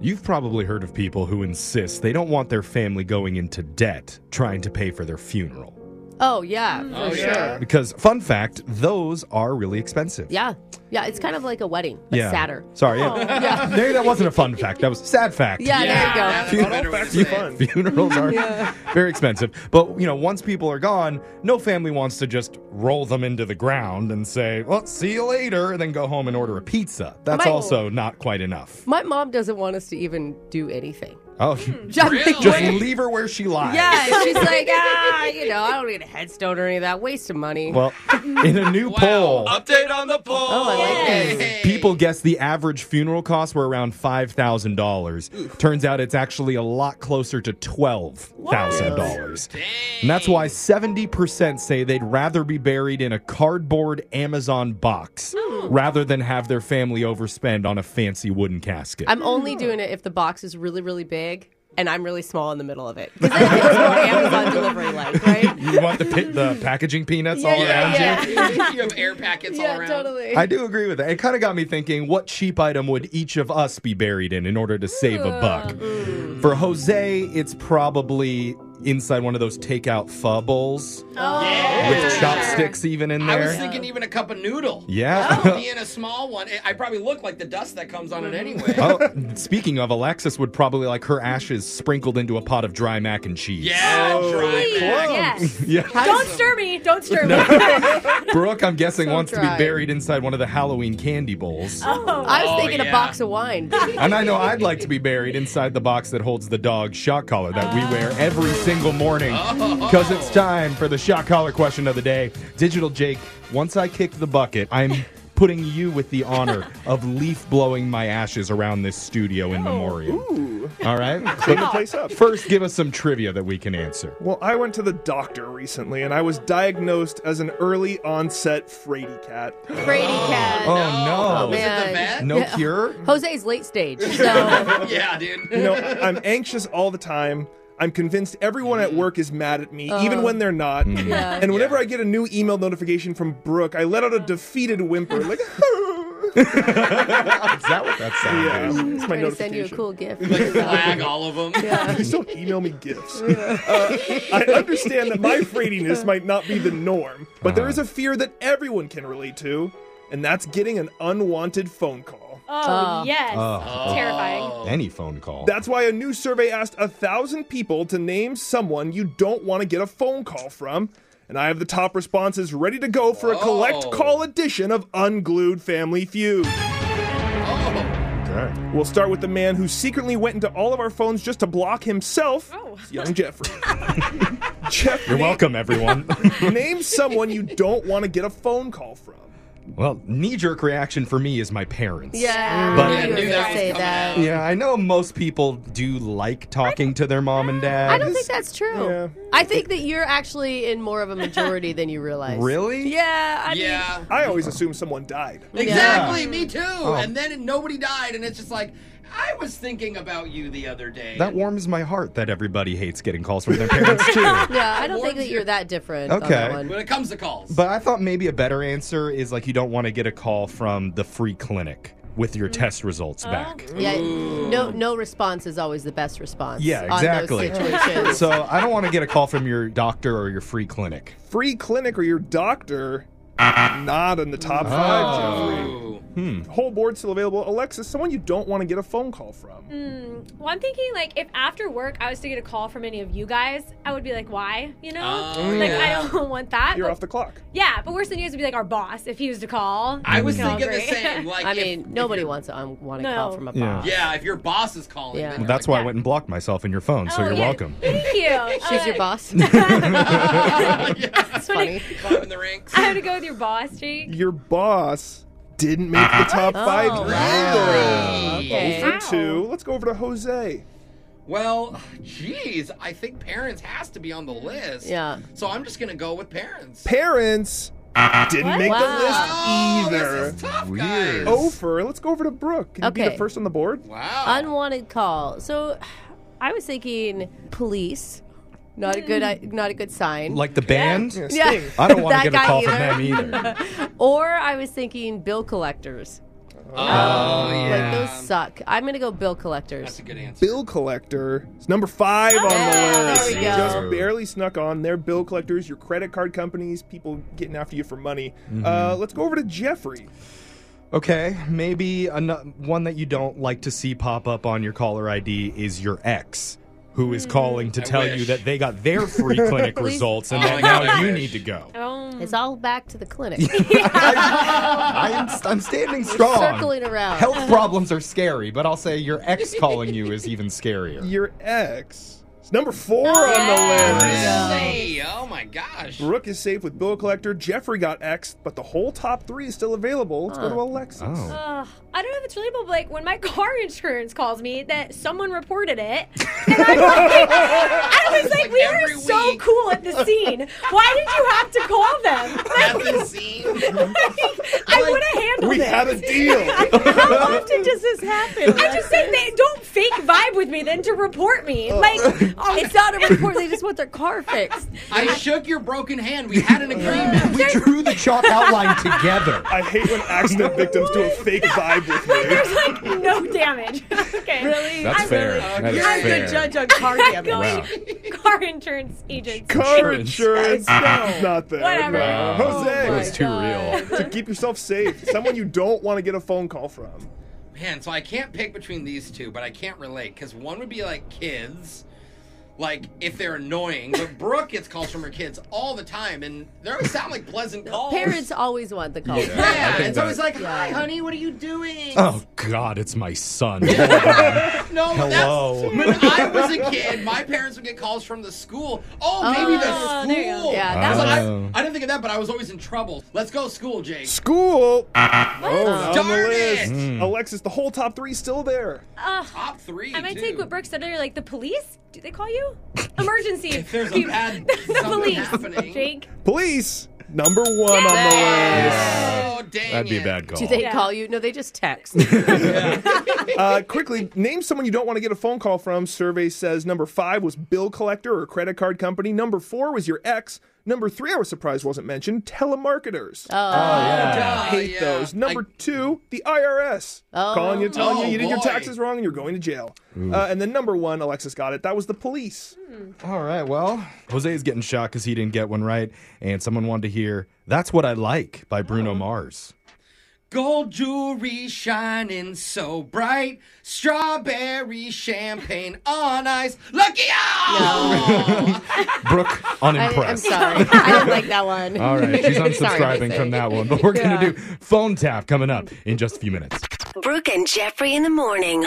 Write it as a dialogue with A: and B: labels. A: You've probably heard of people who insist they don't want their family going into debt trying to pay for their funeral.
B: Oh yeah, for sure. Yeah.
A: Because, fun fact, those are really expensive.
B: yeah, It's kind of like a wedding, but
A: Yeah.
B: sadder. Oh,
A: Sorry. yeah.
B: Yeah.
A: Maybe that wasn't a fun fact. That was a sad fact.
B: Yeah,
C: Yeah.
B: there you go.
C: That's a better way to
A: Fu-
C: say it.
A: Funerals are very expensive. But, you know, once people are gone, no family wants to just roll them into the ground and say, well, see you later, and then go home and order a pizza. That's
B: My-
A: also not quite enough.
B: My mom doesn't want us to even do anything.
A: Oh,
B: Just-
C: Really?
A: just leave her where she lies.
B: Yeah, she's like, ah, you know, I don't need a headstone or any of that. Waste of money.
A: Well, in a new poll,
C: Update on the poll.
B: Oh, I like this.
C: Hey.
A: people guess the average funeral costs were around $5,000. Turns out it's actually a lot closer to $12,000. And that's why 70% say they'd rather be buried in a cardboard Amazon box rather than have their family overspend on a fancy wooden casket.
B: I'm only doing it if the box is really, really big and I'm really small in the middle of it. 'Cause then it's more Amazon delivery like, right?
A: you want the, pi- the packaging peanuts all
B: Yeah,
A: around you?
B: yeah.
C: you have air packets all around.
A: I do agree with that. It kind of got me thinking what cheap item would each of us be buried in in order to save a buck? For Jose, it's probably inside one of those takeout pho bowls
C: Yeah.
A: with chopsticks even in
C: I
A: there.
C: was thinking Oh. even a cup of noodle.
A: Yeah.
C: That would be in a small one. I probably look like the dust that comes on it anyway.
A: oh, speaking of, Alexis would probably like her ashes sprinkled into a pot of dry mac and cheese.
C: Yeah, dry mac.
D: Yes.
A: Yeah.
D: Don't stir me. Don't stir me.
A: Brooke, I'm guessing, wants to
B: dry.
A: be buried inside one of the Halloween candy bowls.
D: Oh.
B: I was
C: Oh,
B: thinking
C: yeah.
B: a box of wine.
A: And I know I'd like to be buried inside the box that holds the dog shock collar that we wear every single morning.
B: Oh.
A: Because it's time for the shock collar question of the day. Digital Jake, once I kick the bucket, I'm putting you with the honor of leaf blowing my ashes around this studio in memoriam. All right?
E: Clean the place up.
A: First, give us some trivia that we can answer.
E: Well, I went to the doctor recently and I was diagnosed as an early onset fraidy cat.
B: Brady cat.
A: Oh, no.
B: Oh,
C: Was it the
B: man.
C: vet?
A: No cure?
B: Jose's late stage, so
C: Yeah, dude.
E: You know, I'm anxious all the time. I'm convinced everyone at work is mad at me, even when they're not. And whenever I get a new email notification from Brooke, I let out a defeated whimper. Like,
A: Is that what that sound
E: yeah,
A: is?
E: it's my
B: I'm gonna send you a
E: notification.
B: cool gift.
C: Like flag all of them.
E: Please don't email me gifts. Uh, I understand that my freightyness might not be the norm, but there is a fear that everyone can relate to, and that's getting an unwanted phone call.
D: Oh, yes. Terrifying.
A: Any phone call.
E: That's why a new survey asked a thousand people to name someone you don't want to get a phone call from. And I have the top responses ready to go for a collect
C: Whoa.
E: call edition of Unglued Family Feud.
C: Oh,
A: okay.
E: We'll start with the man who secretly went into all of our phones just to block himself,
D: Oh.
E: It's young Jeffrey. Jeffrey,
A: You're welcome, everyone.
E: name someone you don't want to get a phone call from.
A: well, knee jerk reaction for me is my parents.
B: yeah,
A: But-
B: I knew
A: Yeah,
B: you were
C: knew
B: gonna
C: that was
B: say
C: coming
B: that.
C: out.
A: Yeah, I know most people do like talking to their mom and dad.
B: I don't think that's true.
E: Yeah.
B: I think that you're actually in more of a majority than you realize.
A: Really?
B: Yeah. I mean,
C: yeah.
E: I always assume someone died.
C: Exactly, me too.
A: Oh.
C: And then nobody died, and it's just like, I was thinking about you the other day.
A: That warms my heart that everybody hates getting calls from their parents too.
B: yeah, I don't
C: Towards
B: think that
C: your-
B: you're that different. On
A: Okay.
B: that one.
C: when it comes to calls.
A: But I thought maybe a better answer is like you don't want to get a call from the free clinic with your test
B: Oh.
A: results back.
B: Yeah, no, no response is always the best response.
A: Yeah, exactly.
B: On those situations.
A: So I don't want to get a call from your doctor or your free clinic.
E: Free clinic or your doctor? Not in the top five, Jeffrey.
C: Ooh.
E: whole board still available. Alexis, someone you don't want to get a phone call from.
D: Mm, Hmm. Well, I'm thinking like if after work I was to get a call from any of you guys, I would be like, why? You know,
C: Oh,
D: like
C: yeah.
D: I don't want that.
E: You're
D: but-
E: off the clock.
D: yeah, but worse than news would be like our boss if he was to call.
C: I
D: We
C: was
D: can all
C: thinking the
D: agree.
C: same. Like,
B: I
C: if-
B: mean, nobody wants to um, want to call
D: No.
B: from a
A: Yeah.
B: boss.
C: yeah, if your boss is calling,
B: Oh, Yeah. Well,
C: then you're
A: That's
C: like,
A: why I went and blocked myself in your phone, so
D: Oh,
A: you're
D: yeah.
A: welcome.
D: Thank you.
B: She's
D: Uh,
B: your boss.
D: That's
B: funny.
C: climbing the ranks.
D: I had to go with your boss, Jake.
E: Your boss didn't make the top five
B: wow.
E: either.
B: Uh-huh. Oh, Okay.
E: Over two. Let's go over to Jose.
C: Well, geez, I think parents has to be on the list.
B: Yeah.
C: So I'm just gonna go with parents.
E: Parents didn't make
B: Wow.
C: oh,
E: the list
C: this
E: either. Oh.
C: is tough,
A: Weird.
C: guys.
E: Ofer, let's go over to Brooke. Can you be
B: Okay.
E: the first on the board?
C: wow.
B: Unwanted call. So, I was thinking police. Not a good. i- Not a good sign.
A: Like the band?
E: Yeah,
B: yeah.
E: Sting.
A: I don't want
B: That
A: to get a
B: guy
A: call from
B: either.
A: them either.
B: Or I was thinking bill collectors.
C: Oh,
B: Like
C: yeah.
B: those suck. I'm gonna go bill collectors.
C: That's a good answer.
E: Bill Collector is number five on the
B: yeah,
E: list.
B: Oh, there we go.
E: Just barely snuck on. They're bill collectors, your credit card companies, people getting after you for money. Uh, let's go over to Jeffrey.
A: Okay, maybe ano- one that you don't like to see pop up on your caller ID is your ex, who is calling to
C: I
A: tell
C: wish.
A: you that they got their free clinic results and
C: Oh
A: that
C: my God,
A: now
C: I
A: you
C: wish.
A: need to go.
D: Oh,
B: It's all back to the clinic.
A: I'm, I'm standing strong.
B: Circling around.
A: Health problems are scary, but I'll say your ex calling you is even scarier.
E: Your ex is number four on the list.
C: Say, oh my gosh.
E: Brooke is safe with bill collector. Jeffrey got X, but the whole top three is still available. Let's go to Alexis.
A: Oh.
D: Ugh, I don't know if it's relatable, but like when my car insurance calls me that someone reported it, and I'm like, I was like,
C: Like
D: we are
C: every
D: so
C: week.
D: cool at the scene. Why did you have to call them?
C: At the scene.
D: I would have handled
E: We
D: it.
E: had a deal.
D: How often does this
B: happen?
D: I just think they don't fake vibe with me then to report me. Like, oh,
B: It's not a report. They just want their car fixed.
C: I shook your broken hand. We had an agreement.
A: We drew the chalk outline together.
E: I hate when accident victims do a fake vibe with me.
D: there's like no damage. okay.
B: Really?
A: That's
B: I'm
A: fair.
B: really-
A: That is
B: You're a
A: fair.
B: good judge on car damage.
A: Wow.
D: Car insurance agents.
E: Car insurance.
A: Insurance.
E: No, not that.
D: Whatever.
E: No.
A: Wow.
E: Jose.
A: It was too real.
E: to keep yourself safe. Someone you don't want to get a phone call from.
C: Man, so I can't pick between these two, but I can't relate because one would be like kids, like if they're annoying. But Brooke gets calls from her kids all the time, and they always sound like pleasant calls.
B: Parents always want the call.
A: Yeah. I
C: Yeah,
A: think
C: it's always
A: that-
C: like, "Hi, honey, what are you doing?"
A: Oh God, it's my son.
C: no, but
A: hello.
C: that's when I was a kid. My parents would get calls from the school. Oh, maybe
B: Oh,
C: the
B: there you go.
C: school.
B: Yeah,
C: I was
A: that
C: like,
A: was-
C: I, I didn't think of that, but I was always in trouble. Let's go school, Jake.
E: School. Oh,
D: Ah.
E: not on the
C: Darn
E: list.
C: it. Mm.
E: Alexis, the whole top three still there.
C: Top three.
D: I might
C: too.
D: take what Brooke said earlier, like the police. Do they call you? Emergency.
C: If there's a
D: You-
C: bad
D: the
C: something
D: police.
C: happening.
D: Jake.
E: Police, number one on the list.
C: Oh, dang
A: That'd be a
C: it.
A: bad call.
B: Do they
D: Yeah.
B: call you? No, they just text.
E: Uh, quickly, name someone you don't want to get a phone call from. Survey says number five was bill collector or credit card company. Number four was your ex. Number three, I was surprised wasn't mentioned. Telemarketers.
C: Duh,
E: I hate
C: Oh, yeah.
E: those. Number
C: I-
E: two, the IRS. Calling you, telling
C: Oh,
E: you you did your
C: boy.
E: taxes wrong and you're going to jail. Uh, and then number one, Alexis got it. That was the police.
A: All right, well, Jose is getting shot because he didn't get one right, and someone wanted to hear "That's What I Like" by Bruno
B: Uh-huh.
A: Mars.
C: Gold jewelry shining so bright, strawberry champagne on ice. Lucky out!
A: Brooke,
B: I, I'm
A: unimpressed.
B: sorry. I don't like that one.
A: All right, she's
B: Sorry,
A: unsubscribing
B: Jose.
A: from that one, but we're gonna
B: Yeah.
A: do phone tap coming up in just a few minutes.
F: Brooke and Jeffrey in the morning.